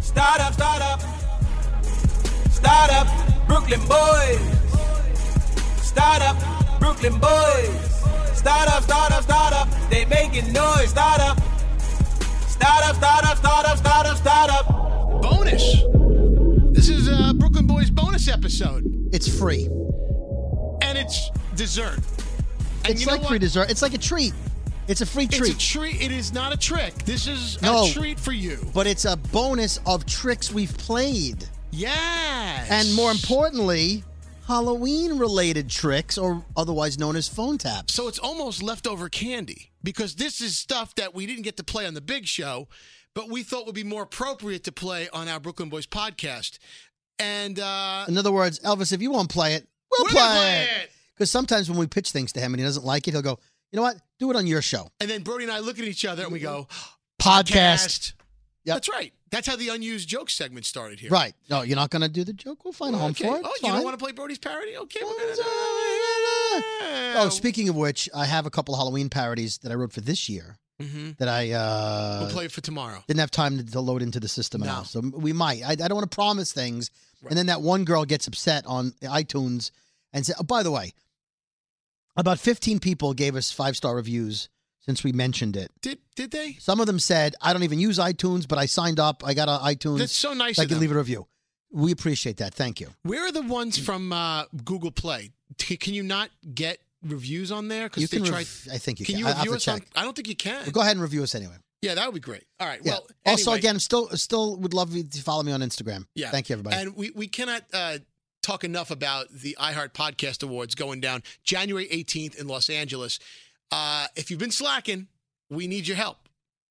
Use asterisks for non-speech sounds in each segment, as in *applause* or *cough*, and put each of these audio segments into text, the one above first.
Start up, start up. Start up, Brooklyn boys. Start up, Brooklyn boys. Start up, start up, start up. They making noise. Start up. Start up, start up, start up, start up, start up. Bonus. This is uh, Brooklyn Boys bonus episode, It's free. and it's dessert. And It's you know like free what? dessert. It's like a treat. It's a free It's treat. a treat. It is not a trick. This is No. a treat for you. but it's a bonus of tricks we've played. Yes. And more importantly, Halloween related tricks, or otherwise known as phone taps. So it's almost leftover candy because this is stuff that we didn't get to play on the big show, but we thought would be more appropriate to play on our Brooklyn Boys podcast. And uh, In other words, Elvis, if you won't play it, we'll we're play, gonna play it. Because sometimes when we pitch things to him and he doesn't like it, he'll go, you know what? Do it on your show. And then Brody and I look at each other and we go, Podcast. cast. Yep. That's right. That's how the unused joke segment started here. Right. No, you're not going to do the joke. We'll find a home Okay. for it. Oh, It's you fine. don't want to play Brody's parody? Okay. we're gonna- Oh, speaking of which, I have a couple of Halloween parodies that I wrote for this year Mhm. that I uh, We'll play it for tomorrow. didn't have time to, to load into the system No. now. So we might. I, I don't want to promise things. And then that one girl gets upset on iTunes and said, oh, by the way, about 15 people gave us five star reviews since we mentioned it. Did did they? Some of them said, I don't even use iTunes, but I signed up. I got on iTunes. That's so nice I of can them. leave a review. We appreciate that. Thank you. Where are the ones from uh, Google Play? T- can you not get reviews on there? You Because they can tried. rev- I think you can can. you I- I have review to us check. on? I don't think you can. But go ahead and review us anyway. yeah, that would be great. All right. Yeah. Well, also, anyway, again, still, still would love you to follow me on Instagram. Yeah. Thank you, everybody. and we we cannot uh, talk enough about the iHeart Podcast Awards going down January 18th in Los Angeles. Uh, if you've been slacking, we need your help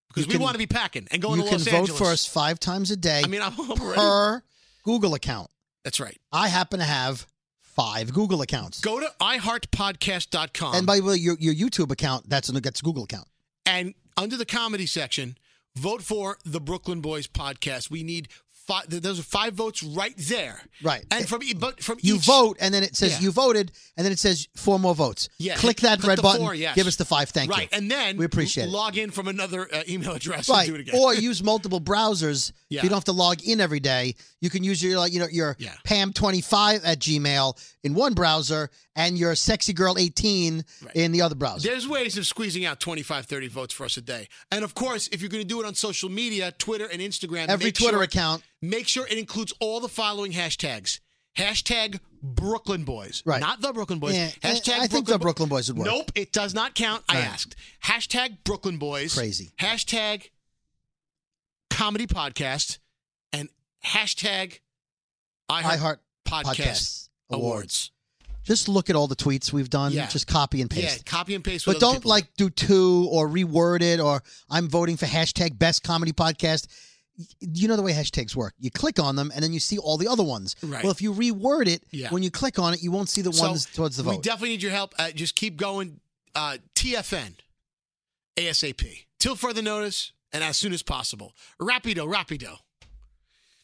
because You we can- want to be packing and going you to can Los vote Angeles. for us five times a day I mean, I'm I'm already. per Google account. That's right. I happen to have five Google accounts. Go to iHeartPodcast.com and by the way, your, your YouTube account, that's, that's a Google account. and under the comedy section, vote for the Brooklyn Boys podcast. We need five. Those are five votes right there. Right. And from e- but from You each, vote, and then it says Yeah. you voted, and then it says four more votes. Yeah, Click and that click red the button. four, yes. Give us the five. Thank right, you. and then we appreciate it. log in from another uh, email address Right, and do it again. or use multiple browsers. Yeah. You don't have to log in every day. You can use your like you know your Yeah. Pam twenty five at Gmail in one browser, and your sexy girl eighteen Right. in the other browser. There's ways of squeezing out 25, 30 votes for us a day. And of course, if you're going to do it on social media, Twitter and Instagram, Every make Twitter sure, account. make sure it includes all the following hashtags. Hashtag Brooklyn Boys. Right. Not the Brooklyn Boys. Yeah, I- Hashtag I think the Bo- Brooklyn Boys would work. Nope, it does not count. I Right. asked. Hashtag Brooklyn Boys. Crazy. Hashtag Comedy Podcast. And hashtag iHeart iHeart Podcast Podcasts Awards. Just look at all the tweets we've done. Yeah. Just copy and Yeah, paste. copy and paste. But with other don't people. like do two or reword it or I'm voting for hashtag best comedy podcast. Y- You know the way hashtags work. You click on them and then you see all the other ones. Right. Well, if you reword it, Yeah. when you click on it, you won't see the ones towards the we vote. definitely need your help. Uh, just keep going. Uh, TFN, ASAP. Till further notice, and as soon as possible. Rapido, rapido,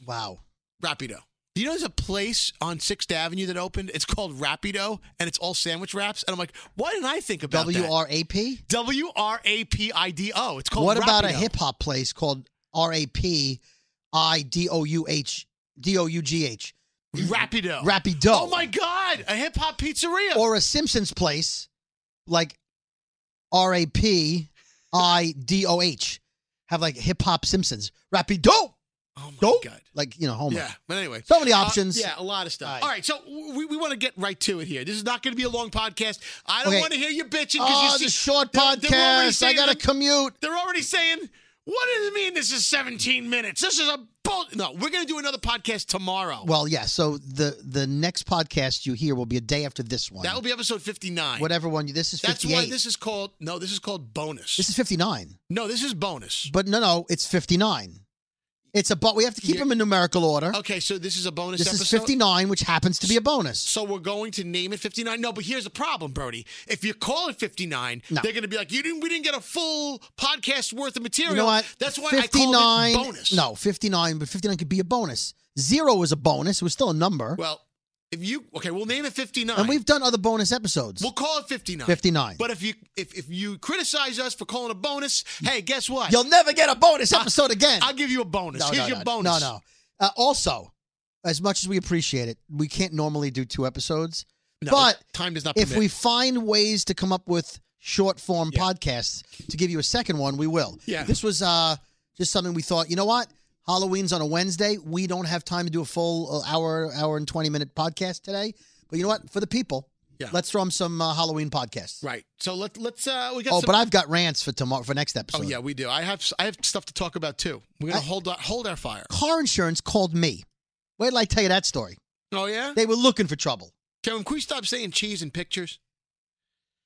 wow. rapido. Do you know there's a place on Sixth Avenue that opened? It's called Rapido, and it's all sandwich wraps. And I'm like, why didn't I think about W that? R A P. W R A P I D O. It's called. What about a Rapido. hip hop place called R A P I D O U H D O U G H? Rapido? Rapido. Oh my God! A hip hop pizzeria. *laughs* Or a Simpsons place like R A P I D O H. Have like hip hop Simpsons. Rapido. oh my Dope. Oh God. Like, you know, Homer. Yeah, but anyway. So many Uh, options. yeah, a lot of stuff. All All right. right, so we, we want to get right to it here. This is not going to be a long podcast. I don't Okay. want to hear you bitching because Oh, you see, the short they're- they're already podcast. I saying got to that- commute. They're already saying, what does it mean this is 17 minutes? This is a bull. No, we're going to do another podcast tomorrow. Well, yeah. So the the next podcast you hear will be a day after this one. that will be episode 59. Whatever one you. This is That's 58. why this is called, no, this is called bonus. This is 59. no, this is bonus. But no, no, it's 59. It's a but we have to keep Yeah. them in numerical order. Okay, so this is a bonus This episode. is 59, which happens to be a bonus. So we're going to name it 59. No, but here's the problem, Brody. If you call it 59, No. they're going to be like, "You didn't. We didn't get a full podcast worth of material." You know what? That's why I 59. called it bonus. No, 59, but 59 could be a bonus. Zero is a bonus. It was still a number. Well, If you okay, we'll name it 59. And we've done other bonus episodes. we'll call it 59. 59. But if you if, if you criticize us for calling a bonus, hey, guess what? You'll never get a bonus episode again. I'll give you a bonus. no, Here's no, your no, bonus. No, no. Uh, also, as much as we appreciate it, we can't normally do two episodes. No, But time does not If permit. we find ways to come up with short form Yeah. podcasts to give you a second one, we will. Yeah. This was uh, just something we thought, you know what? Halloween's on a Wednesday. We don't have time to do a full uh, hour, hour and 20 minute podcast today. But you know what? For the people, Yeah. let's throw them some uh, Halloween podcasts. right. So let let's uh we got Oh, some but I've got rants for tomorrow for next Oh episode. yeah, we do. I have I have stuff to talk about too. We're gonna I- hold our, hold our fire. Car insurance called me. Wait till I tell you that story. Oh yeah. They were looking for trouble. Kevin, can we stop saying cheese in pictures?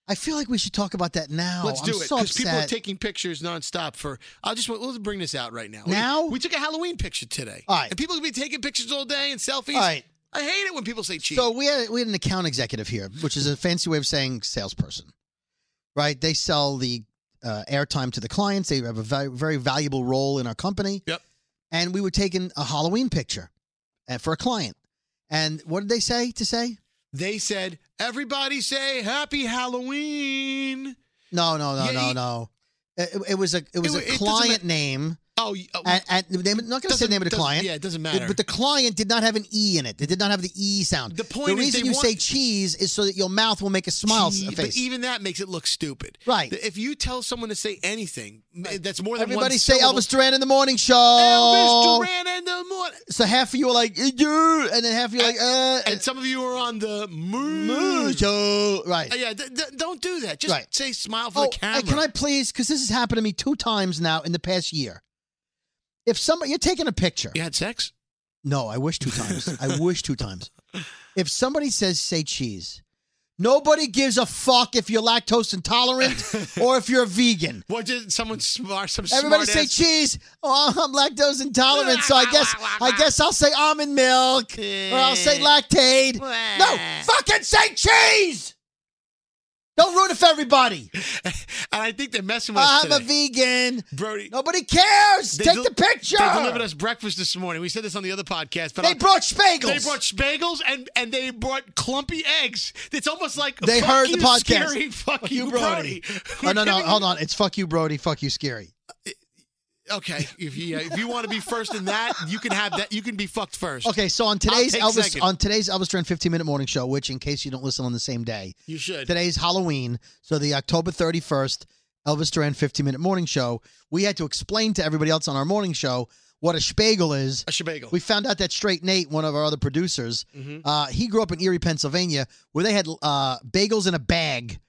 I feel like we should talk about that now. Let's I'm do it So because upset. people are taking pictures nonstop. For I just want let's bring this out right now. We- Now? we, took a Halloween picture today. All right. and people will be taking pictures all day and selfies. All right. I hate it when people say cheese. So we had we had an account executive here, which is a fancy way of saying salesperson, right? They sell the uh, airtime to the clients. They have a very, very valuable role in our company. Yep. And we were taking a Halloween picture uh, for a client. And what did they say to say? they said everybody say Happy Halloween. No, no, no, Yeah, no, you- no. Uh, It, it was a it was It- it a doesn't client ma- name, Oh, y- oh and, and they were not going to say doesn't- the name of the doesn't- client. Yeah, it doesn't matter. But the client did not have an e in it. They did not have the e sound. The point The is reason they you want- say cheese is so that your mouth will make a smile Gee, s- But face. even that makes it look stupid. Right. If you tell someone to say anything m- that's more than Everybody one say syllable, Elvis Duran in the morning show. Elvis Duran and the morning. So half of you are like, "Eh, yeah," and then half of you are like, uh, And some of you are on the moon. uh, show. right. Uh, Yeah, d- d- don't do that. Just Right. say smile for Oh, the camera. and can I please? Because this has happened to me two times now in the past year. If somebody you're taking a picture, You had sex? no, I wish two times. *laughs* I wish two times. If somebody says say cheese, nobody gives a fuck if you're *laughs* lactose intolerant or if you're a vegan. What did someone smart? Some Everybody smart say ass- cheese. Oh, I'm lactose intolerant, *laughs* so I guess I guess I'll say almond milk or I'll Eh. say lactaid. No, fucking say cheese. Don't ruin it for *laughs* everybody. *laughs* And I think they're messing with us I'm a today. vegan. Brody, Nobody cares. They Take del- the picture. they delivered us breakfast this morning. We said this on the other podcast, but They I'll- brought spagels. they brought bagels and, and they brought clumpy eggs. It's almost like They fuck heard the you, podcast. Scary, *laughs* fuck, Fuck you, you, Brody. *laughs* Oh no no, hold on. It's fuck you, Brody. Fuck you, Scary. Okay, if you if you want to be first in that, you can have that. You can be fucked first. Okay, so on today's take Elvis second. on today's Elvis Duran 15 minute morning show, which in case you don't listen on the same day, you should. today's Halloween, so the October 31st Elvis Duran 15 minute morning show. We had to explain to everybody else on our morning show what a spagel is. A shebagel. We found out that Straight Nate, one of our other producers, Mhm. uh, he grew up in Erie, Pennsylvania, where they had uh, bagels in a bag,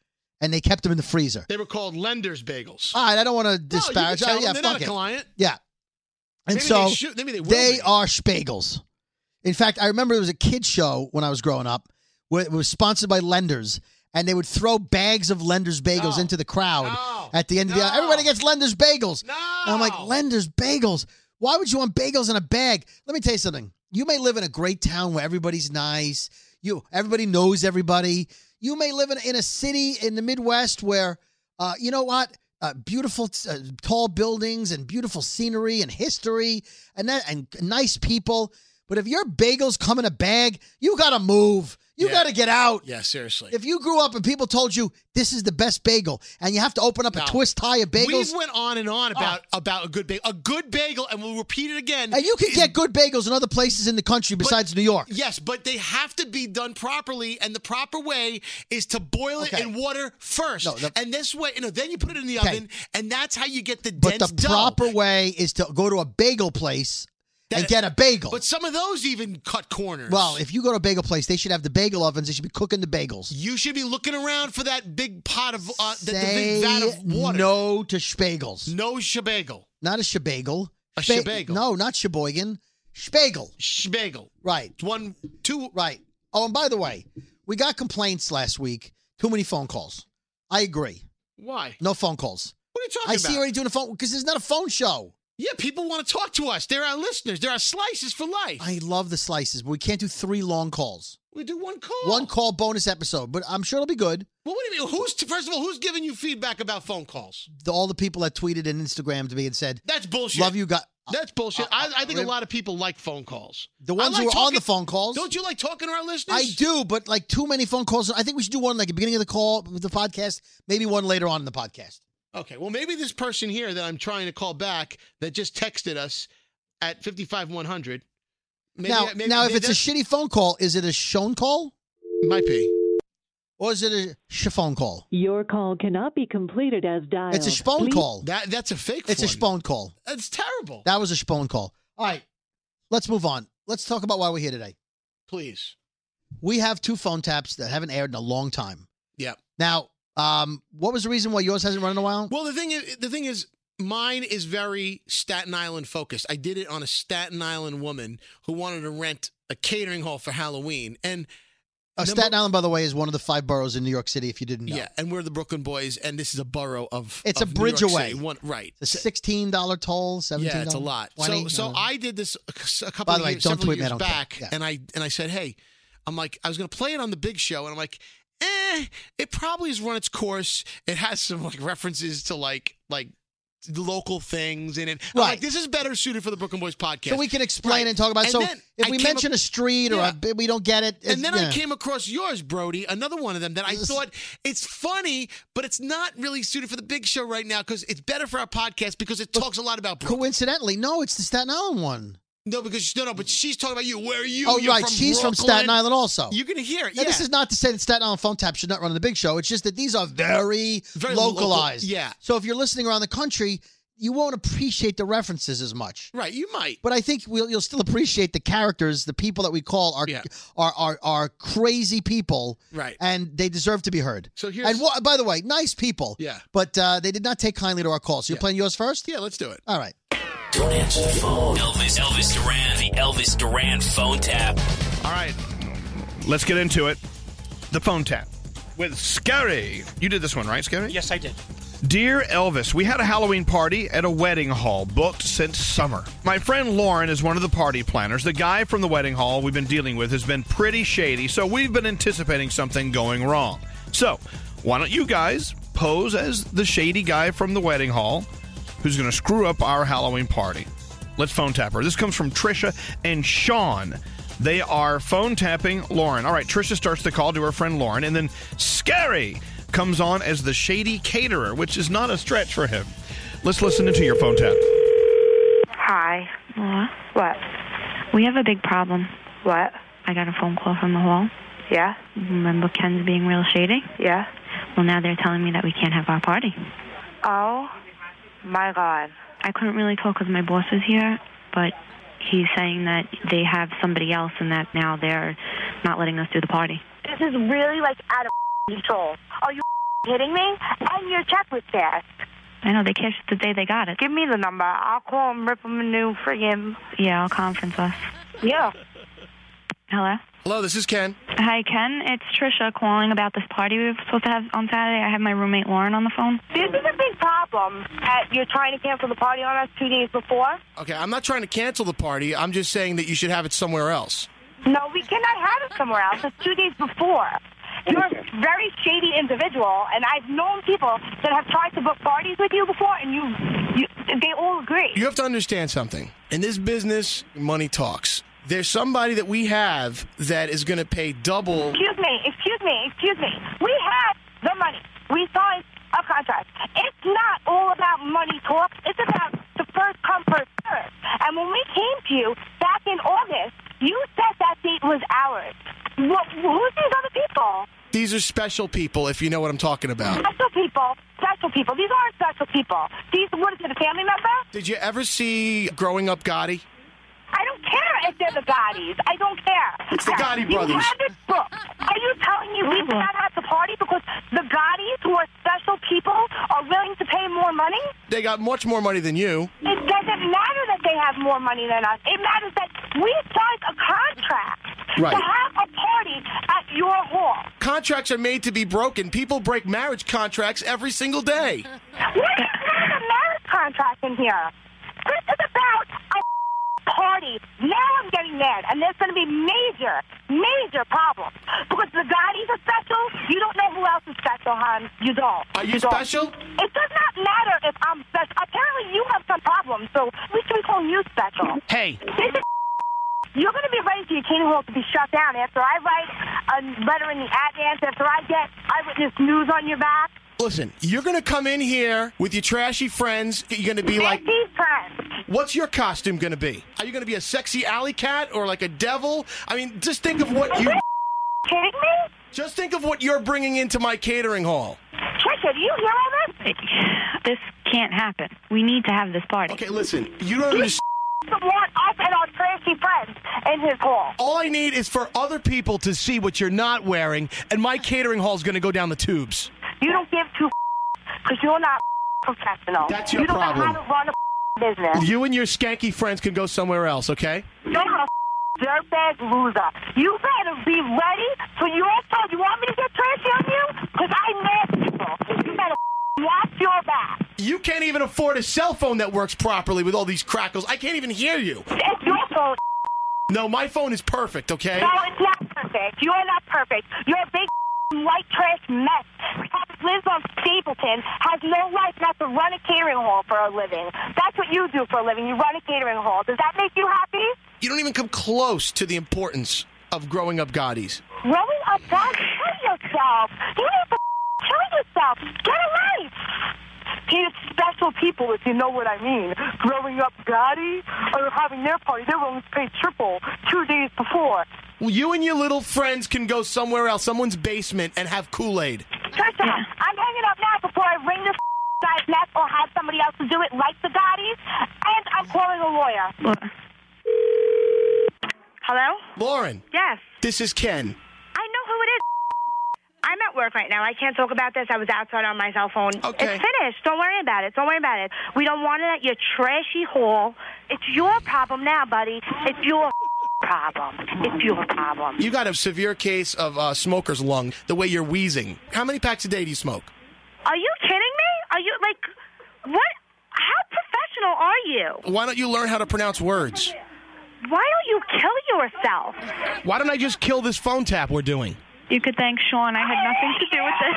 and they kept them in the freezer. They were called lenders bagels. All right, I don't want to No, you can disparage. tell oh, yeah, them they're fuck not it. a client. Yeah, and Maybe so they should- maybe they, will they be. are spagels. In fact, I remember there was a kid show when I was growing up where it was sponsored by Lenders, and they would throw bags of Lenders bagels No. into the crowd No. at the end of the No. hour. Everybody gets Lenders bagels. No. And I'm like, Lenders bagels. Why would you want bagels in a bag? Let me tell you something. You may live in a great town where everybody's nice. You everybody knows everybody. You may live in, in a city in the Midwest where, uh, you know what, uh, beautiful uh, tall buildings and beautiful scenery and history and that and nice people. But if your bagels come in a bag, you gotta move. You Yeah. gotta get out. Yeah, seriously. If you grew up and people told you this is the best bagel, and you have to open up No. a twist tie of we bagels, went on and on about about a good bagel. A good bagel, and we'll repeat it again. And you can get good bagels in other places in the country besides New York. Yes, but they have to be done properly, and the proper way is to boil it Okay. in water first, No, the- and this way, you know, then you put it in the Okay. oven, and that's how you get the But dense the dough. proper way is to go to a bagel place and That- get a bagel. But some of those even cut corners. Well, if you go to a bagel place, they should have the bagel ovens. They should be cooking the bagels. you should be looking around for that big pot of uh, the, the Say big vat of water. no to spagels. no shebagel, Not a shebagel. A Spa- shebagel. No, not sheboygan. Spagel. shebagel. Right. It's One, two. Right. Oh, and by the way, we got complaints last week. Too many phone calls. I agree. Why? No phone calls. What are you talking I about? see you already doing a phone because it's not a phone show. Yeah, people want to talk to us. They're our listeners. They're our slices for life. I love the slices, but we can't do three long calls. we do one call. One call bonus episode, but I'm sure it'll be good. Well, what do you mean? Who's first of all? Who's giving you feedback about phone calls? The, all the people that tweeted and Instagrammed me and said, That's bullshit. "Love you, guys." That's bullshit. I, I think a lot of people like phone calls. The ones like who are on talking- the phone calls. Don't you like talking to our listeners? I do, but like too many phone calls. I think we should do one like at the beginning of the call with the podcast, maybe one later on in the podcast. Okay, well, maybe this person here that I'm trying to call back that just texted us at 55100. Maybe, now, maybe- now if maybe it's a shitty phone call, is it a shown call that might be. or is it a chiffon call? Your call cannot be completed as dialed. It's a spone Please- call. That that's a fake. It's a one. spone call. That's terrible. That was a spone call. All right, let's move on. Let's talk about why we're here today. Please. We have two phone taps that haven't aired in a long time. Yeah. Now, um, what was the reason why yours hasn't run in a while? Well, the thing is, the thing is, mine is very Staten Island focused. I did it on a Staten Island woman who wanted to rent a catering hall for Halloween, and Uh, number- Staten Island, by the way, is one of the five boroughs in New York City. If you didn't know, yeah, and we're the Brooklyn Boys, and this is a borough of. It's of a New bridge York away. City. One, right. it's a sixteen dollar toll. Seventeen. Yeah, it's a lot. 20, so, so don't know. I did this a- a couple By the of way, years, don't several tweet me, I years don't care. back, Yeah. and I and I said, hey, I'm like, I was gonna play it on the Big Show, and I'm like, eh, it probably has run its course. It has some like references to like like local things in it. I'm Right. like, this is better suited for the Brooklyn Boys podcast. so we can explain and talk about. it. And so then if I we came up- mention a street or Yeah. a bit we don't get it, it's- and then yeah. I came across yours, Brody, another one of them that I Yes. thought it's funny, but it's not really suited for the big show right now because it's better for our podcast because it talks a lot about Brooklyn. Coincidentally, no, it's the Staten Island one. No, because no, no, but she's talking about you. Where are you? oh, You're right, she's from Brooklyn. Staten Island also. You're gonna hear it. Now, Yeah, this is not to say that Staten Island phone tap should not run on the big show. It's just that these are very, Very local, localized. yeah. So if you're listening around the country, you won't appreciate the references as much. right. You might. But I think we'll, you'll still appreciate the characters, the people that we call are Yeah. are, are are crazy people, Right. And they deserve to be heard. So here's- and wha- by the way, nice people, Yeah. But uh, they did not take kindly to our call. So you're playing yours first. Yeah, let's do it. All right. Don't answer the phone. Elvis, Elvis Duran, the Elvis Duran phone tap. All right, let's get into it. The phone tap with Scary. You did this one, right, Scary? Yes, I did. Dear Elvis, we had a Halloween party at a wedding hall booked since summer. My friend Lauren is one of the party planners. The guy from the wedding hall we've been dealing with has been pretty shady, so we've been anticipating something going wrong. So, why don't you guys pose as the shady guy from the wedding hall who's going to screw up our Halloween party? Let's phone tap her. This comes from Trisha and Sean. They are phone tapping Lauren. All right, Trisha starts the call to her friend Lauren, and then Scary comes on as the shady caterer, which is not a stretch for him. Let's listen into your phone tap. Hi. What? We have a big problem. What? I got a phone call from the hall. Yeah? Remember Ken's being real shady? Yeah? Well, now they're telling me that we can't have our party. Oh my god. I couldn't really talk because my boss is here, but he's saying that they have somebody else and that now they're not letting us do the party. This is really like out of control. Are you kidding me? And your check was cashed. I know, they cashed it the day they got it. Give me the number. I'll call him, rip him a new friggin'. Yeah, I'll conference us. Yeah. Hello? Hello, this is Ken. Hi, Ken. It's Trisha calling about this party we were supposed to have on Saturday. I have my roommate Lauren on the phone. This is a big problem that you're trying to cancel the party on us two days before. Okay, I'm not trying to cancel the party. I'm just saying that you should have it somewhere else. No, we cannot have it somewhere else. It's two days before. You're a very shady individual, and I've known people that have tried to book parties with you before, and you, you they all agree. You have to understand something. In this business, money talks. There's somebody that we have that is going to pay double. Excuse me, excuse me, excuse me. We had the money. We signed a contract. It's not all about money talk. It's about the first come, first serve. And when we came to you back in August, you said that date was ours. What, who's these other people? These are special people, if you know what I'm talking about. Special people, special people. These aren't special people. These, what is it, a family member? Did you ever see Growing Up Gotti? I don't care if they're the Gaudis. I don't care. It's the Gotti You brothers. have this book. Are you telling me we cannot have the party because the Gaudis, who are special people, are willing to pay more money? They got much more money than you. It doesn't matter that they have more money than us. It matters that we signed a contract Right. to have a party at your hall. Contracts are made to be broken. People break marriage contracts every single day. What is not a marriage contract in here? This is about a party. Now I'm getting mad, and there's going to be major, major problems because the Gotti's are special. You don't know who else is special, hon. You don't. Are you don't. special? It does not matter if I'm special. Apparently, you have some problems, so we can call you special. Hey, This is you're going to be ready for your King Hall to be shut down after I write a letter in the advance, after I get eyewitness news on your back. Listen, you're going to come in here with your trashy friends. You're going to be like, These friends. what's your costume going to be? Are you going to be a sexy alley cat or like a devil? I mean, just think of what you Kidding me? just think of what you're bringing into my catering hall. Trisha, do you hear all this? It, *sighs* this can't happen. We need to have this party. Okay, listen, you don't understand. The want us and our trashy friends in his hall. All I need is for other people to see what you're not wearing, and my catering hall's going to go down the tubes. You don't give two *laughs* because you're not *laughs* professional. That's your you don't problem. know how to run a *laughs* business. You and your skanky friends can go somewhere else, okay? You're a *laughs* dirtbag loser. You better be ready for your show. You want me to get trashy on you? Because I mad people. You better *laughs* watch your back. You can't even afford a cell phone that works properly with all these crackles. I can't even hear you. It's your fault. No, my phone is perfect, okay? No, it's not perfect. You are not perfect. You're a big *laughs* white trash mess. Papa lives on Stapleton, has no life not to run a catering hall for a living. That's what you do for a living. You run a catering hall. Does that make you happy? You don't even come close to the importance of growing up Gotti's. Growing up, Oh, God, kill yourself. You need to *laughs* kill yourself. Get a life. He's special people, if you know what I mean. Growing up, Gotti, or having their party, they were only paid triple two days before. Well, you and your little friends can go somewhere else, someone's basement, and have Kool Aid. Trisha, I'm hanging up now before I ring this *laughs* guy's neck or have somebody else to do it like the Gotti's, and I'm calling a lawyer. Well, Hello? Lauren, Yes. this is Ken. I know who it is. *laughs* I'm at work right now. I can't talk about this. I was outside on my cell phone. Okay. It's finished. Don't worry about it. Don't worry about it. We don't want it at your trashy hall. It's your problem now, buddy. It's your *laughs* problem. It's your problem. You got a severe case of uh, smoker's lung, the way you're wheezing. How many packs a day do you smoke? Are you kidding me? Are you like what? How professional are you? Why don't you learn how to pronounce words? Why don't you kill yourself? Why don't I just kill this phone tap we're doing? you could thank Sean. I had nothing to do with *laughs* this.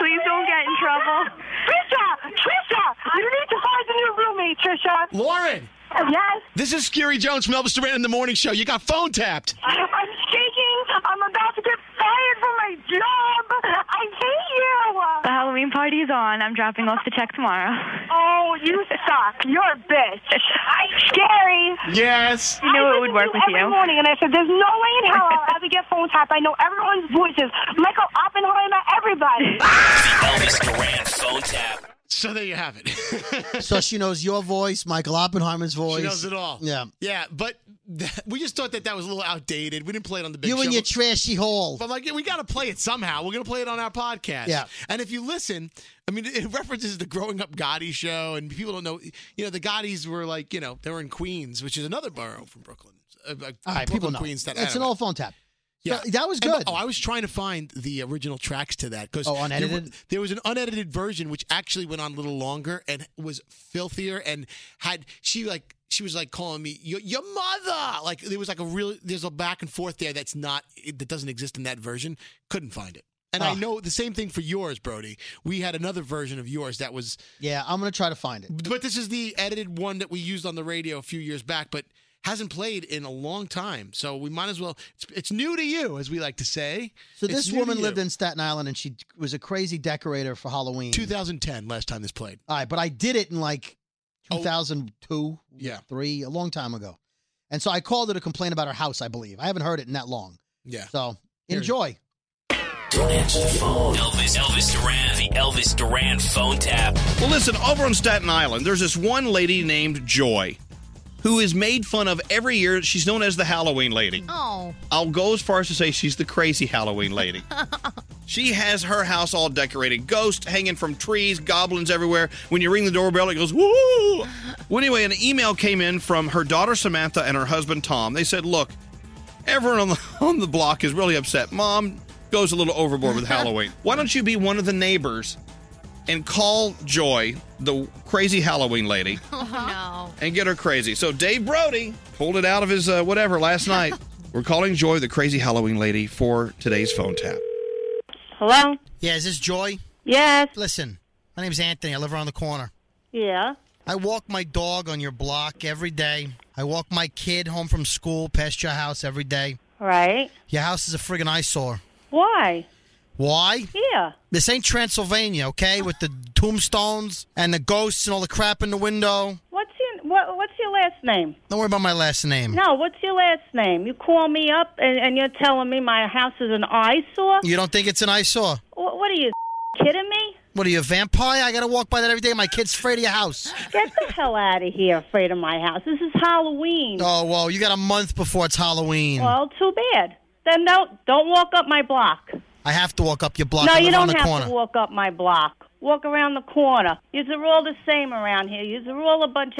Please don't get in trouble. Trisha, Trisha, you need to find a new roommate, Trisha. Lauren! Yes, This is Scary Jones from Elvis Duran in the Morning Show. You got phone tapped. I'm shaking. I'm about to get fired from my job. I The hate you. Halloween party's on. I'm dropping off the check tomorrow. Oh, you suck. You're a bitch. I'm scary. Yes. You know I it would listen work to with every you. morning, and I said, "There's no way in hell I'll ever get phone tap." I know everyone's voices. Michael Oppenheimer, *laughs* everybody. Elvis Duran phone tap. So there you have it. *laughs* So she knows your voice, Michael Oppenheimer's voice. she knows it all. Yeah. Yeah, but *laughs* th- we just thought that that was a little outdated. We didn't play it on the big You show. and your trashy hole. but like, yeah, we got to play it somehow. We're going to play it on our podcast. Yeah. And if you listen, I mean, it *laughs* references the Growing Up Gotti show, and people don't know, you know, the Gottis were like, you know, they were in Queens, which is another borough from Brooklyn. Uh, uh, all right, Brooklyn, people know. Queens, Staten it's an Island. old phone tap. Yeah, So that was And, good. oh, I was trying to find the original tracks to that because Oh, unedited? There, was an unedited version which actually went on a little longer and was filthier and had she like she was like calling me your, your mother like there was like a real there's a back and forth there that's not it, that doesn't exist in that version. Couldn't find it. And I Ah. know the same thing for yours, Brody. We had another version of yours that was, yeah, I'm gonna try to find it. but this is the edited one that we used on the radio a few years back, but hasn't played in a long time. So we might as well. It's, it's new to you, as we like to say. So It's this new to woman you. lived in Staten Island, and she was a crazy decorator for Halloween. 2010, last time this played. All right, but I did it in like Oh. 2002, Yeah. three, a long time ago. And so I called her to complain about her house. I believe I haven't heard it in that long. Yeah. So enjoy. Don't answer the phone. Elvis, Elvis Duran, the Elvis Duran phone tap. Well, listen, over on Staten Island, there's this one lady named Joy who is made fun of every year. She's known as the Halloween lady. Oh, I'll go as far as to say she's the crazy Halloween lady. she has her house all decorated, ghosts hanging from trees, goblins everywhere. When you ring the doorbell, it goes woo. well, anyway, an email came in from her daughter Samantha and her husband Tom. They said, "Look, everyone on the *laughs* on the block is really upset. Mom goes a little overboard with Halloween. Why don't you be one of the neighbors?" and call Joy, the crazy Halloween lady, Oh, and get her crazy. So Dave Brody pulled it out of his uh, whatever last night. We're calling Joy, the crazy Halloween lady, for today's phone tap. Hello? Yeah, is this Joy? Yes. Listen, my name's Anthony. I live around the corner. Yeah. I walk my dog on your block every day. I walk my kid home from school past your house every day. Right. Your house is a friggin' eyesore. Why? Why? Yeah. This ain't Transylvania, okay? With the tombstones and the ghosts and all the crap in the window. What's your what, What's your last name? Don't worry about my last name. No. What's your last name? You call me up and, and you're telling me my house is an eyesore. You don't think it's an eyesore? What, what are you kidding me? What are you, a vampire? I gotta walk by that every day. My kid's afraid of your house. Get the hell out of here! Afraid of my house. This is Halloween. Oh, whoa, you got a month before it's Halloween. Well, too bad. Then don't don't walk up my block. I have to walk up your block. no, I you live on don't the have corner. to walk up my block. Walk around the corner. Yous are all the same around here. Yous are all a bunch of.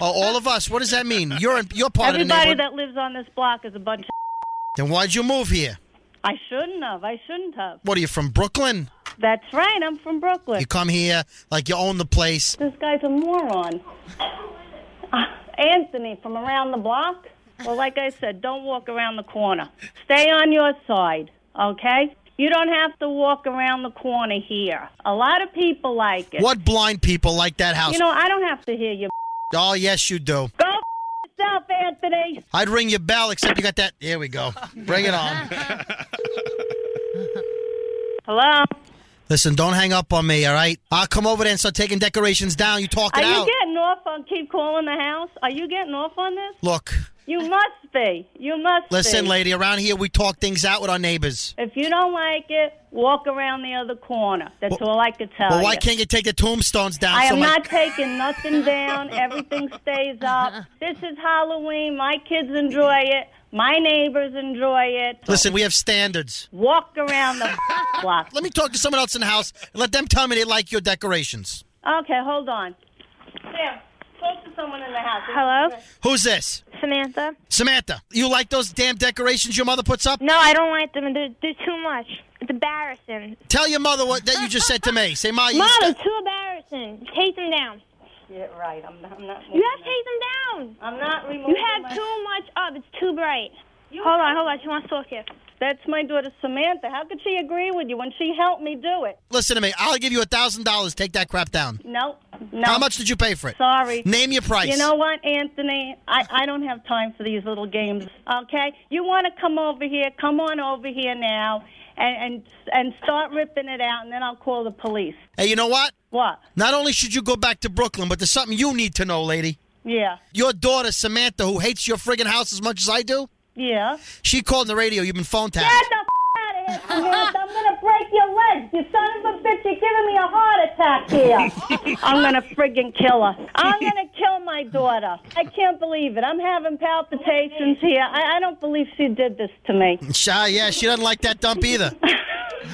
Oh, all of us. What does that mean? You're in, you're part of the Everybody neighborhood. that lives on this block is a bunch of. Then why'd you move here? I shouldn't have. I shouldn't have. What are you from Brooklyn? That's right. I'm from Brooklyn. You come here like you own the place. This guy's a moron. Uh, Anthony from around the block. Well, like I said, don't walk around the corner. Stay on your side, okay? You don't have to walk around the corner here. A lot of people like it. What blind people like that house? You know, I don't have to hear you. oh yes, you do. Go f- yourself, Anthony. I'd ring your bell, except you got that. Here *laughs* we go. Bring it on. Uh-huh. Hello. Listen, don't hang up on me. All right, I'll come over there and start taking decorations down. You talk Are it you out. getting off on keep calling the house? Are you getting off on this? Look, You must be. You must be. listen, lady. Around here, we talk things out with our neighbors. If you don't like it, walk around the other corner. That's all I could tell Well, you. why can't you take the tombstones down? Oh, I so am my- not taking nothing down. Everything stays up. This is Halloween. My kids enjoy it. My neighbors enjoy it. Listen, we have standards. Walk *laughs* around the block. Let me talk to someone else in the house and let them tell me they like your decorations. Okay, hold on. Sam, talk to someone in the house. Hello? Who's this? *laughs* Samantha. Samantha, you like those damn decorations your mother puts up? No, I don't like them. They're, they're too much. It's embarrassing. Tell your mother what that you just said to me. Say, Ma, you Mom, st- it's too embarrassing. Take them down. Yeah, right. I'm not. I'm not You have to take them down. I'm not removing You have my- too much up. It's too bright. hold on, hold on. She wants to talk to you. That's my daughter Samantha. How could she agree with you when she helped me do it? listen to me. I'll give you a thousand dollars. Take that crap down. No, no. How much did you pay for it? Sorry. Name your price. You know what, Anthony? I, I don't have time for these little games. Okay, you want to come over here? Come on over here now, and and and start ripping it out, and then I'll call the police. Hey, you know what? What? Not only should you go back to Brooklyn, but there's something you need to know, lady. Yeah, Your daughter Samantha, who hates your friggin' house as much as I do, yeah. she called the radio. You've been phone tapped. Get the f- out of here, Samantha. I'm gonna break your leg. You son of a bitch! You're giving me a heart attack here. I'm gonna friggin' kill her. I'm gonna kill my daughter. I can't believe it. I'm having palpitations here. I, I don't believe she did this to me. *laughs* Shy, yeah, she doesn't like that dump either.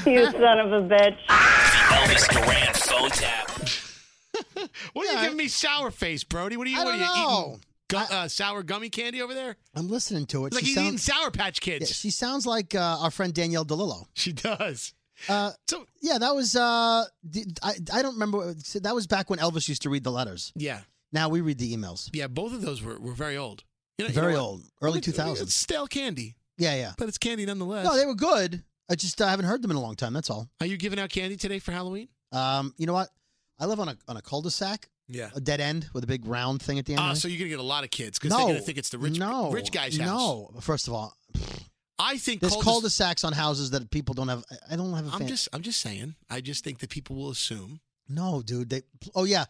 You son of a bitch. Elvis Duran phone tap. What are you giving me sour face, Brody? What are you? I what are don't you know. eating? Gu- uh, sour gummy candy over there? I'm listening to it. It's like she he's eating sounds, Sour Patch yeah, Kids. she sounds like uh, our friend Danielle DeLillo. She does. Uh, So yeah, that was. Uh, d- I I don't remember. so That was back when Elvis used to read the letters. yeah, Now we read the emails. yeah. Both of those were, were very old. You know- you Very know what? old, early Look at- two look at- thousands. It's stale candy, Yeah, yeah. but it's candy nonetheless. No, they were good. I just uh, haven't heard them in a long time. That's all. Are you giving out candy today for Halloween? Um, you know what? I live on a on a cul-de-sac, Yeah. a dead end with a big round thing at the end. Ah, of it. so you're gonna get a lot of kids because no, they're gonna think it's the rich no, rich guy's house. No, first of all, I think there's cul-de- cul-de-sacs on houses that people don't have. I- I don't have a I'm fan. just I'm just saying. I just think that people will assume. No, dude. They oh yeah,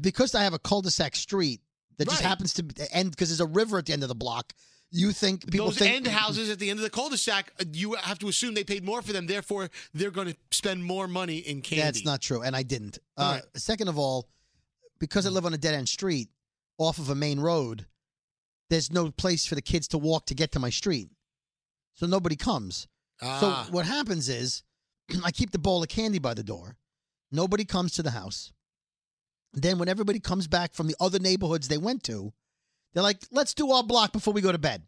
because I have a cul-de-sac street that just Right. happens to end because there's a river at the end of the block. You think people Those think end houses at the end of the cul-de-sac, uh, you have to assume they paid more for them. Therefore, they're going to spend more money in candy. That's not true, and I didn't. Uh, All Second of all, because I Mm. live on a dead end street off of a main road, there's no place for the kids to walk to get to my street, so nobody comes. Ah, So what happens is, *clears throat* I keep the bowl of candy by the door. Nobody comes to the house. Then when everybody comes back from the other neighborhoods they went to, they're like, "Let's do our block before we go to bed."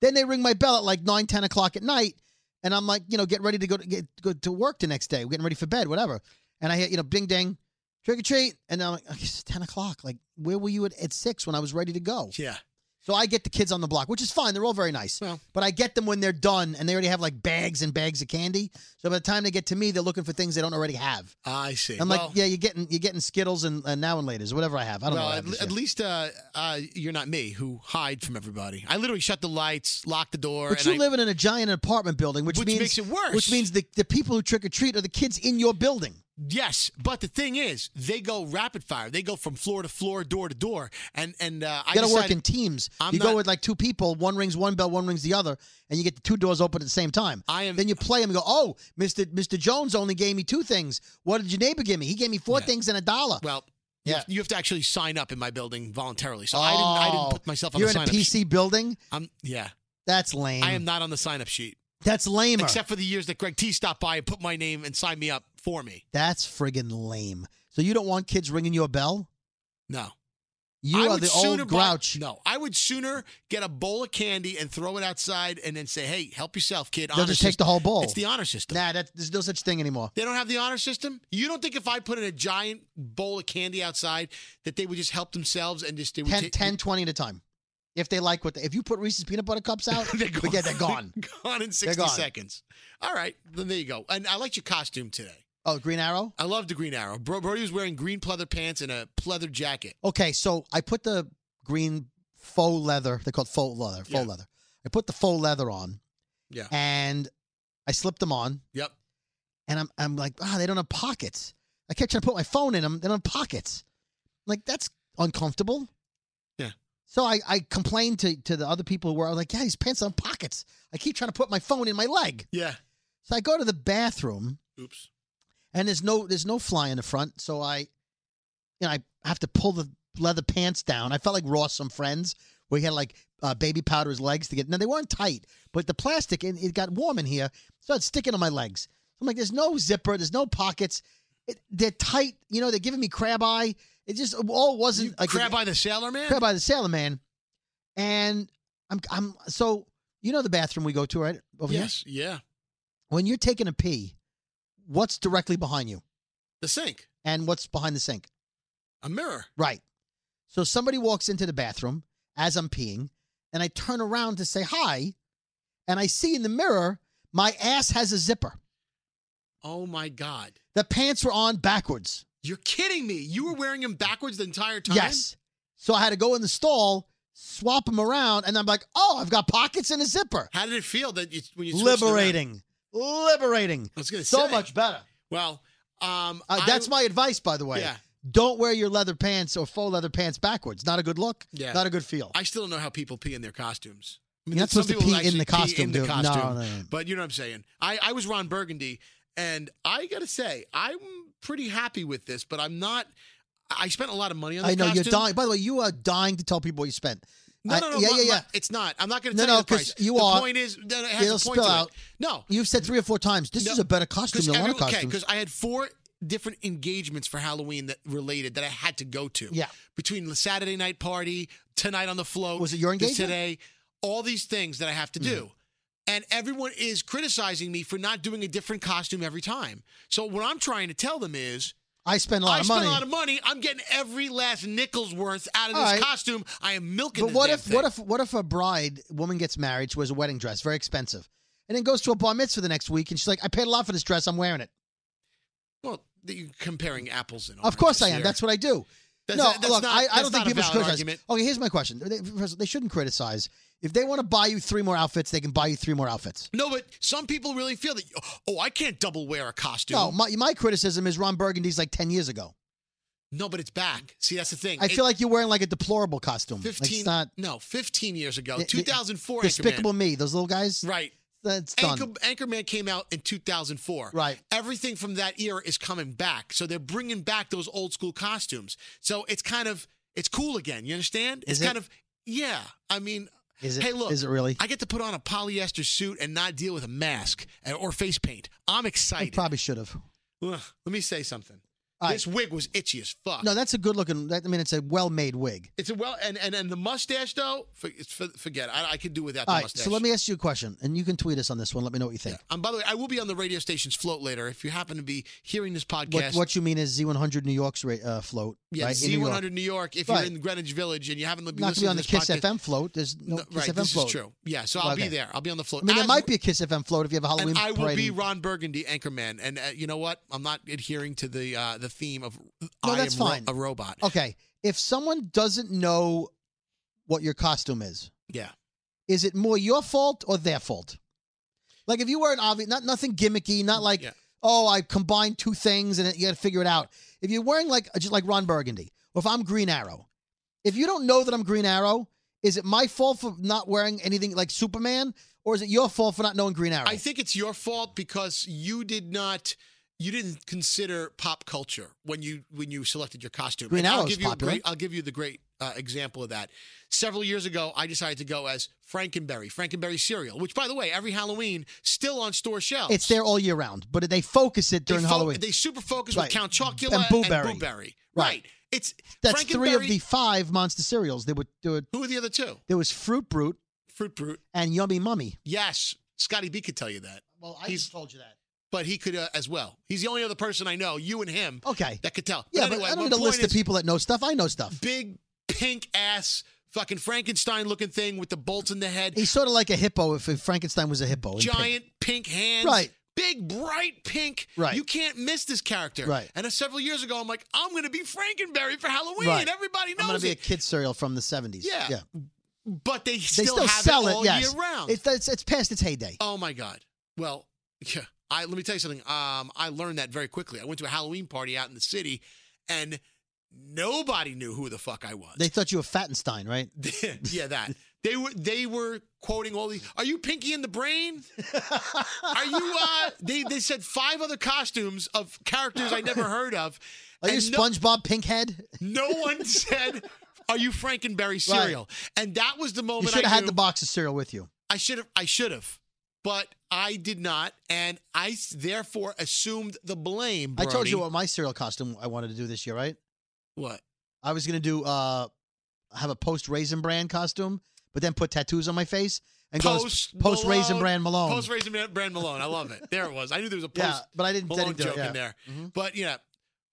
Then they ring my bell at like nine, ten o'clock at night, and I'm like, you know, get ready to go to get go to work the next day. We're getting ready for bed, whatever. and I hear, you know, bing ding, trick or treat. And I'm like, "Okay, it's 10 o'clock. Like, where were you at, at six when I was ready to go? Yeah. So I get the kids on the block, which is fine. They're all very nice. but I get them when they're done and they already have like bags and bags of candy. So by the time they get to me, they're looking for things they don't already have. I see. I'm Well- like, yeah, you're getting you're getting Skittles and, and now and laters, whatever I have. I don't well, know. what I at, have this at year. least uh, uh, you're not me who hide from everybody. I literally shut the lights, lock the door. But and you I- live in a giant apartment building, which, Which means makes it worse. Which means the, the people who trick or treat are the kids in your building. Yes, but the thing is, they go rapid fire. They go from floor to floor, door to door, and and uh, I You got to work decided- in teams. I'm you not- go with like two people. One rings one bell, one rings the other, and you get the two doors open at the same time. I am. Then you play them and go, oh, Mister Mister Jones only gave me two things. What did your neighbor give me? He gave me four things and a dollar. Well, yeah. you, have, you have to actually sign up in my building voluntarily. So I didn't. I didn't Oh, put myself on You're the in a sign up. PC building. I'm yeah. That's lame. I am not on the sign up sheet. That's lamer. Except for the years that Greg T stopped by and put my name and signed me up for me. That's friggin' lame. So you don't want kids ringing your bell? No. You I are would the sooner old buy- grouch. no, I would sooner get a bowl of candy and throw it outside, and then say, "Hey, help yourself, kid." They'll Honor just take the system. whole bowl. It's the honor system. Nah, that, there's no such thing anymore. They don't have the honor system. You don't think if I put in a giant bowl of candy outside that they would just help themselves and just they would 10, take- *laughs* 10 20 at a time. If they like what they, if you put Reese's peanut butter cups *laughs* out, they're gone. *laughs* Yeah, they're gone. gone in sixty gone. seconds. All right, then there you go. And I liked your costume today. Oh, Green Arrow? I loved the green arrow. Bro, Brody was wearing green pleather pants and a pleather jacket. Okay, so I put the green faux leather, they're called faux leather, faux Yeah. leather. I put the faux leather on Yeah. and I slipped them on Yep. and I'm I'm like, ah, they don't have pockets. I kept trying to put my phone in them, they don't have pockets. I'm like, that's uncomfortable. Yeah. So I, I complained to, to the other people who were I was like, yeah, these pants don't have pockets. I keep trying to put my phone in my leg. Yeah. So I go to the bathroom Oops. and there's no there's no fly in the front, so I, you know, I have to pull the leather pants down. I felt like Ross, some friends, where he had like uh, baby powder his legs to get. Now they weren't tight, but the plastic and it got warm in here, so it's sticking on my legs. I'm like, there's no zipper, there's no pockets. It, they're tight, you know. They're giving me crab eye. It just all wasn't like Crab by the sailor man. Crab Eye the Sailor Man, and I'm I'm so you know the bathroom we go to right over here. yes. Yeah. When you're taking a pee, what's directly behind you? The sink. and what's behind the sink? A mirror. Right. So somebody walks into the bathroom as I'm peeing, and I turn around to say hi, and I see in the mirror my ass has a zipper. Oh my God. The pants were on backwards. You're kidding me. You were wearing them backwards the entire time. Yes. So I had to go in the stall, swap them around, and I'm like, oh, I've got pockets and a zipper. How did it feel that you, when you switched them around? Liberating. Liberating. I was gonna so say. much better. Well, um, Uh, I- that's my advice, by the way. Yeah. Don't wear your leather pants or faux leather pants backwards. Not a good look. Yeah. Not a good feel. I still don't know how people pee in their costumes. I You're not some supposed to people pee in actually the costume, in the dude. No, costume, no, no. But you know what I'm saying. I, I was Ron Burgundy, and I gotta say I'm pretty happy with this. But I'm not. I spent a lot of money on. This I know you're costume. dying. By the way, you are dying to tell people what you spent. No, I- no, no, yeah, my- yeah, yeah. my- it's not. I'm not going No, to tell no, you the price. 'cause you the are- point is that it has It'll a point spill to out. It. No, You've said three or four times. This No, is a better costume than a lot of every- okay, costumes. because I had four different engagements for Halloween that related that I had to go to. Yeah. Between the Saturday night party, tonight on the float. Was it your this engagement? Mm. Today, all these things that I have to do. And everyone is criticizing me for not doing a different costume every time. So what I'm trying to tell them is I spend a lot I of spent money. a lot of money. I'm getting every last nickel's worth out of All this right. costume. I am milking but this what damn if thing. what if what if a bride woman gets married? She wears a wedding dress, very expensive, and then goes to a bar mitzvah the next week, and she's like, "I paid a lot for this dress. I'm wearing it." Well, that you're comparing apples and Of course I oranges am. here. That's what I do. Oh, That's- no, that's look, not- I, I that's not don't think a people should valid criticize. argument. Okay, here's my question. They, first, they shouldn't criticize. If they want to buy you three more outfits, they can buy you three more outfits. No, but some people really feel that. Oh, I can't double wear a costume. No, my, my criticism is Ron Burgundy's like 10 years ago. No, but it's back. See, that's the thing. I It- feel like you're wearing like a deplorable costume. Like, 15. it's not no, 15 years ago, the- 2004. Despicable Anchorman. Me. Those little guys. Right. That's done. Anchor, Anchorman came out in 2004. Right. Everything from that era is coming back. So they're bringing back those old school costumes. So it's kind of it's cool again. You understand? Is it's kind it? of yeah. I mean, Is it- hey, look. is it really? I get to put on a polyester suit and not deal with a mask and- uh, or face paint. I'm I excited. probably should have. Ugh, let me say something. This wig was itchy as fuck. No, that's a good looking. That, I mean, it's a well made wig. It's a well, and and, and the mustache though, for, it's for, forget. it. I, I could do without the All right, mustache. so let me ask you a question, and you can tweet us on this one. Let me know what you think. Um, by the way, I will be on the radio station's float later. If you happen to be hearing this podcast, What, what you mean is Z100 New York's ra- uh, float, yeah, right? in New York. Z100 New York. If Right. you're in Greenwich Village and you haven't been Not to be listening on the this Kiss podcast, FM float. There's no, Kiss right, FM this float. is true. Yeah, so I'll Okay. be there. I'll be on the float. I mean, there As- might be a Kiss FM float if you have a Halloween and I will parade be and- Ron Burgundy, Anchorman. And uh, you know what? I'm not adhering to the uh, the theme of No, I that's am ro- fine. Oh. a robot. Okay, if someone doesn't know what your costume is, Yeah. is it more your fault or their fault? Like if you were an obvious, not nothing gimmicky, not like oh I combined two things and it, you got to figure it out. If you're wearing like just like Ron Burgundy, or if I'm Green Arrow, if you don't know that I'm Green Arrow, is it my fault for not wearing anything like Superman, or is it your fault for not knowing Green Arrow? I think it's your fault because you did not you didn't consider pop culture when you when you selected your costume. Green And I'll Arrow's give you a popular. great, I'll give you the great uh, example of that. Several years ago, I decided to go as Frankenberry, Frankenberry cereal, which by the way, every Halloween still on store shelves. it's there all year round, but they focus it they, during fo- Halloween. they super focus Right. with Count Chocula And Booberry. And Booberry. Right. Right. It's That's three of Frankenberry- the five monster cereals. There were, there were Who are the other two? there was Fruit Brute Fruit Brute. and Yummy Mummy. Yes, Scotty B could tell you that. Well, I He's- told you that. But he could uh, as well. He's the only other person I know, you and him, Okay. that could tell. Yeah, but, anyway, my I don't need a point list of is- people that know stuff. I know stuff. big pink ass fucking Frankenstein looking thing with the bolts in the head, He's sort of like a hippo if if Frankenstein was a hippo. in pink. giant pink hands, Right. Big bright pink. Right. You can't miss this character. Right. And uh, several years ago, I'm like, I'm gonna be Frankenberry for Halloween. Right. Everybody I'm gonna knows be a it. kid cereal from the 70s. Yeah. yeah. But they They still, still, have sell it it. all yes, year round. It's, it's it's past its heyday. Oh my God. Well, *laughs* yeah. I let me tell you something. Um, I learned that very quickly. I went to a Halloween party out in the city, and nobody knew who the fuck I was. They thought you were Fattenstein, right? *laughs* yeah, that they were they were quoting all these. Are you Pinky in the *laughs* Brain? Are you? Uh, they they said five other costumes of characters I never heard of. *laughs* Are you and no- SpongeBob Pinkhead? No, one said. Are you Frankenberry cereal? And that was the You moment should I have had knew- the box of cereal with you. I should have. I should have. But I did not, and I s- therefore assumed the blame. I told you Brody. what my cereal costume I wanted to do this year, right? What? I was gonna do uh have a post raisin brand costume, but then put tattoos on my face and go as Post post raisin Malone- brand Malone. Post raisin brand Malone. I love it. There it was. I knew there was a post. *laughs* Yeah, but I didn't- I Malone didn't do it, joke yeah. Mm-hmm. in there. But yeah,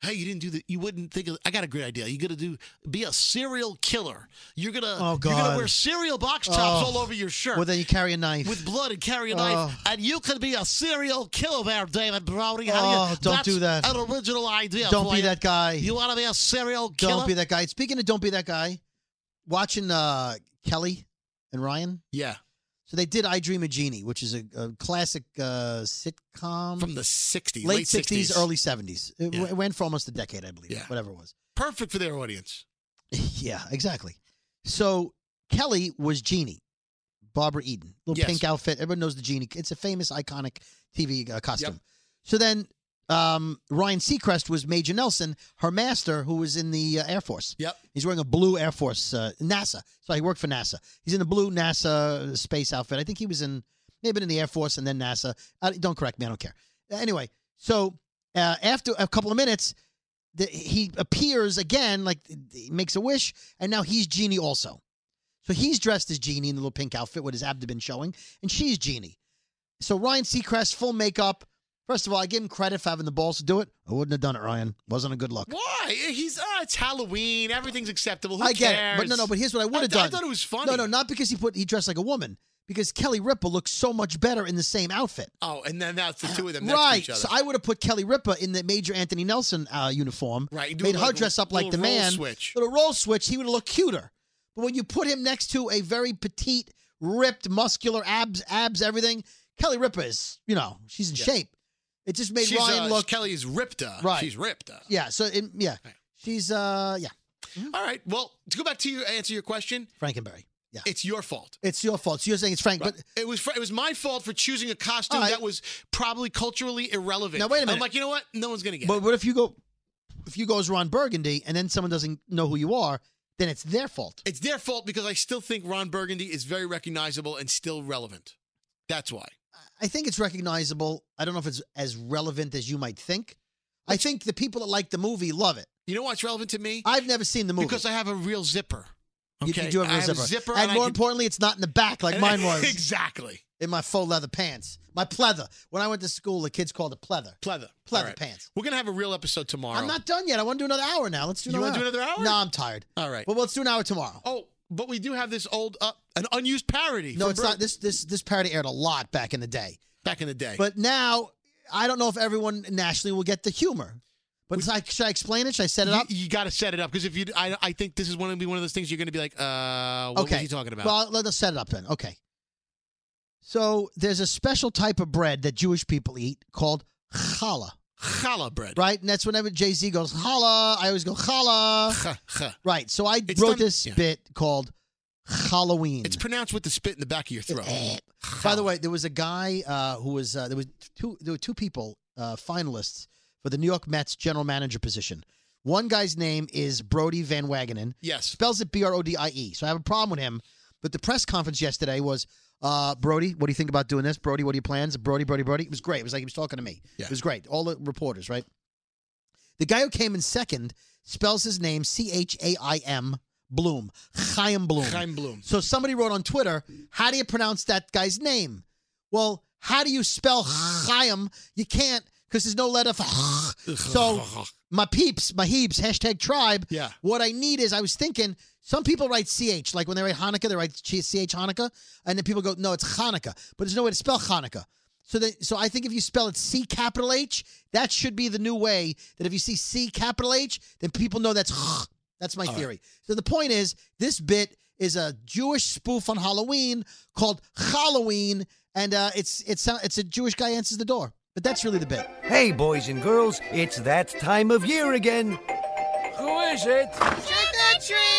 hey, you didn't do the. You wouldn't think of. I got a great idea. You got to do be a serial killer. You're gonna. Oh, You're God. gonna wear cereal box tops all over your shirt Well, then you carry a knife. with blood and carry a knife, Oh. and you could be a serial killer there, David Brody. How Oh, you- don't that's do that. An original idea. Don't for be you. that guy. You want to be a serial killer? Don't be that guy. Speaking of don't be that guy, watching uh, Kelly and Ryan. Yeah, So they did I Dream a Genie, which is a, a classic uh, sitcom from the '60s, late, 60s, early 70s. It, w- Yeah. it ran for almost a decade, I believe, Yeah. whatever it was. *laughs* Perfect for their audience. yeah, exactly. So Kelly was Genie, Barbara Eden, little Yes. pink outfit. Everyone knows the Genie. It's a famous, iconic TV uh, costume. So then um, Ryan Seacrest was Major Nelson, her master, who was in the uh, Air Force. Yep. He's wearing a blue Air Force, uh, NASA. So he worked for NASA. He's in a blue NASA space outfit. I think he was in, maybe in the Air Force and then NASA. Uh, don't correct me. I don't care. Uh, Anyway, so uh, after a couple of minutes, the, he appears again, like he makes a wish, and now he's Genie also. So he's dressed as Genie in the little pink outfit with his abdomen showing, and she's Genie. So Ryan Seacrest, full makeup. First of all, I give him credit for having the balls to do it. I wouldn't have done it, Ryan. Wasn't a good look. Why? He's uh, it's Halloween. Everything's acceptable. Who I get cares? it, but no, no. But here's what I would have I- done. I thought it was funny. No, no, not because he put he dressed like a woman. Because Kelly Ripa looks so much better in the same outfit. Oh, and then that's the *sighs* two of them next Right, to each other. so I would have put Kelly Ripa in the Major Anthony Nelson uh, uniform. Right, do made a her little- dress up like the little role man. switch. Little role switch. He would have looked cuter. But when you put him next to a very petite, ripped, muscular abs, abs, everything, Kelly Ripa is, you know, she's in shape. It just made She's, Ryan uh, look. Kelly's ripped up. Right. She's ripped up. yeah, so it, yeah, she's uh, yeah, All right. Well, to go back to you, answer your question. Frankenberry. Yeah, It's your fault. it's your fault. So you're saying it's Frank, but It was fr- it was my fault for choosing a costume All right. that was probably culturally irrelevant. Now, wait a minute. I'm like, you know what? No one's gonna get. But it. what if you go, if you go as Ron Burgundy, and then someone doesn't know who you are, then it's their fault. It's their fault because I still think Ron Burgundy is very recognizable and still relevant. That's why. I think it's recognizable. I don't know if it's as relevant as you might think. I think the people that like the movie love it. You know what's relevant to me? I've never seen the movie because I have a real zipper. You- Okay, You, do have a I have a zipper. zipper and, and I more can- importantly, it's not in the back *laughs* like mine was. exactly. In my faux leather pants, my pleather. When I went to school, the kids called it pleather. Pleather. Pleather All right. pants. We're gonna have a real episode tomorrow. I'm not done yet. I want to do another hour now. Let's do. You another wanna do another hour? No, I'm tired. All right. Well, let's do an hour tomorrow. Oh, but we do have this old, uh, an unused parody. no, from it's Bro- not. This this this parody aired a lot back in the day. Back in the day. But now, I don't know if everyone nationally will get the humor. But it's like, should I explain it? Should I set it you, up? got to set it up because if you, I, I think this is going to be one of those things you're going to be like, uh, what okay. was he talking about? Well, let us set it up then. Okay. So there's a special type of bread that Jewish people eat called challah, challah bread, right? And that's whenever Jay Z goes challah, I always go challah. Huh. right. So I wrote done- this yeah. bit called Halloween. It's pronounced with the spit in the back of your *laughs* throat. By the way, there was a guy uh, who was uh, there was two there were two people uh, finalists for the New York Mets general manager position. One guy's name is Brody Van Wagenen. Yes. spells it B R O D I E. So I have a problem with him. But the press conference yesterday was uh, Brody. What do you think about doing this? Brody, what are your plans? Brody, Brody, Brody. It was great. It was like he was talking to me. It was great. All the reporters, right? The guy who came in second spells his name C H A I M Bloom. Chaim Bloom. Chaim Bloom. So somebody wrote on Twitter, how do you pronounce that guy's name? Well, how do you spell Chaim? You can't because there's no letter for *laughs* so my peeps, my heaps, hashtag tribe. Yeah. What I need is I was thinking some people write ch like when they write Hanukkah, they write ch Hanukkah, and then people go no, it's Hanukkah, but there's no way to spell Hanukkah. So that so I think if you spell it c capital H, that should be the new way that if you see c capital H, then people know that's that's my All right. theory. So the point is, this bit is a Jewish spoof on Halloween called Halloween, and uh, it's it's a- it's a Jewish guy answers the door, but that's really the bit. Hey, boys and girls, it's that time of year again. Who is it? Trick or treat!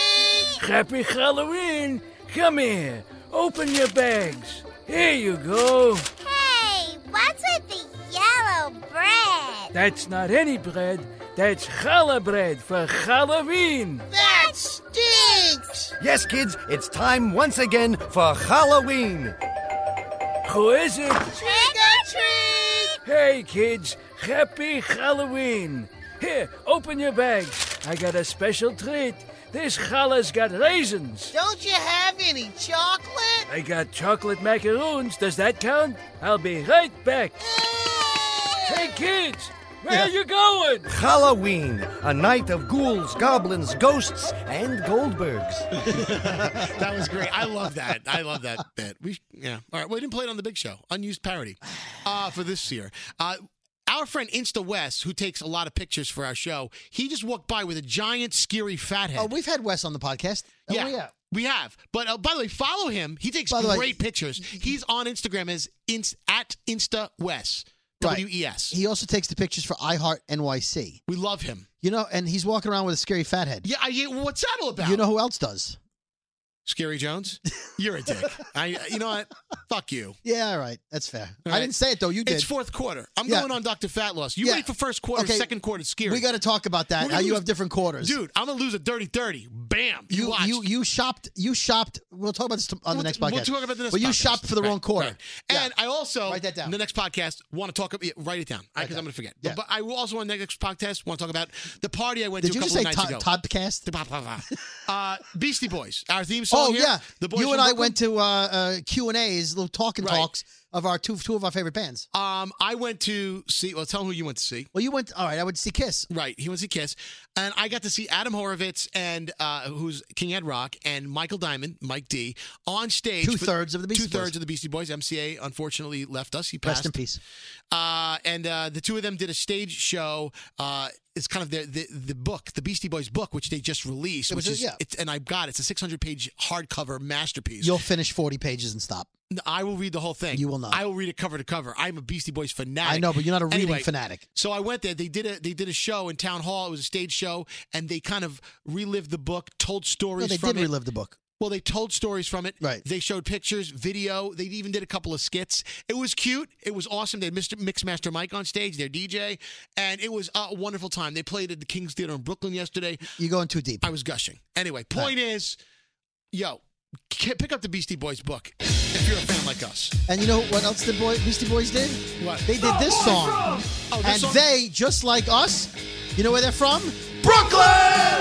Happy Halloween! Come here, open your bags. Here you go. Hey, what's with the yellow bread? That's not any bread, that's challah bread for Halloween. That stinks! Yes, kids, it's time once again for Halloween. Who is it? Trick or treat! Hey, kids, happy Halloween! Here, open your bags. I got a special treat. This challah's got raisins. Don't you have any chocolate? I got chocolate macaroons. Does that count? I'll be right back. Hey, kids, where are you going? Halloween, a night of ghouls, goblins, ghosts, and Goldbergs. that was great. I love that. I love that bit. We sh- yeah. All right. Well, we didn't play it on the big show. Unused parody uh, for this year. Uh, our friend Insta West, who takes a lot of pictures for our show, he just walked by with a giant, scary fat head. Oh, we've had Wes on the podcast. yeah, we have. But uh, by the way, follow him. He takes By the way- great pictures. He's on Instagram as inst- at Insta West. W E S. He also takes the pictures for iHeart NYC. We love him. You know, and he's walking around with a scary fathead. Yeah, I, yeah, what's that all about? You know who else does? Scary Jones. You're a dick. I. You know what? Fuck you. Yeah, all right, that's fair. All I right. didn't say it though. You did. It's fourth quarter. I'm Yeah. going on Dr. Fat Loss. You Yeah. ready for first quarter, Okay. second quarter, it's scary. We got to talk about We're that. gonna How you lose- have different quarters, Dude, I'm going to lose a dirty 30. Bam. You, You watch. you you shopped. You shopped. We'll talk about this t- on the next podcast. We'll talk about the next But you podcast. shopped for the Right, wrong quarter. right. And I also, write that down. the next podcast, want to talk about, yeah, write it down because I'm going to forget. Yeah. But, but I will also, on the next podcast, want to talk about the party I went Did to you a just couple say of nights Todd ago. *laughs* Podcast? The- blah, blah, blah. uh, *laughs* Beastie Boys, our theme song. oh here, yeah, The boys you from and I Brooklyn. went to uh, uh, Q and A's, little talking Right. talks of our two two of our favorite bands. Um, I went to see. Well, tell them who you went to see. Well, you went. All right, I went to see Kiss. Right, he went to see Kiss, and I got to see Adam Horovitz and uh, who's King Ed Rock and Michael Diamond, Mike D, on stage. for- Two-thirds of the Beastie two-thirds Boys. of the Beastie Boys. MCA unfortunately left us. He passed. Rest in peace. Uh, and uh, the two of them did a stage show. Uh, it's kind of their, the the book, the Beastie Boys book, which they just released. It was which a- is yeah. it's, and I've got it. it's a 600 page hardcover masterpiece. You'll finish forty pages and stop. No, I will read the whole thing. You will not. I will read it cover to cover. I'm a Beastie Boys fanatic. I know, but you're not a reading Anyway, fanatic. So I went there. They did a they did a show in town hall. It was a stage show, and they kind of relived the book, told stories. No, they from did it. relive the book. Well, they told stories from it. Right. They showed pictures, video. They even did a couple of skits. It was cute. It was awesome. They had Mr. Mixmaster Mike on stage, their DJ, and it was a wonderful time. They played at the King's Theater in Brooklyn yesterday. You're going too deep. I was gushing. Anyway, point is, yo, K- Pick up the Beastie Boys book if you're a fan like us. And you know what else the boy, Beastie Boys did? What? They did this song. Oh, this and song? they, just like us, you know where they're from? Brooklyn!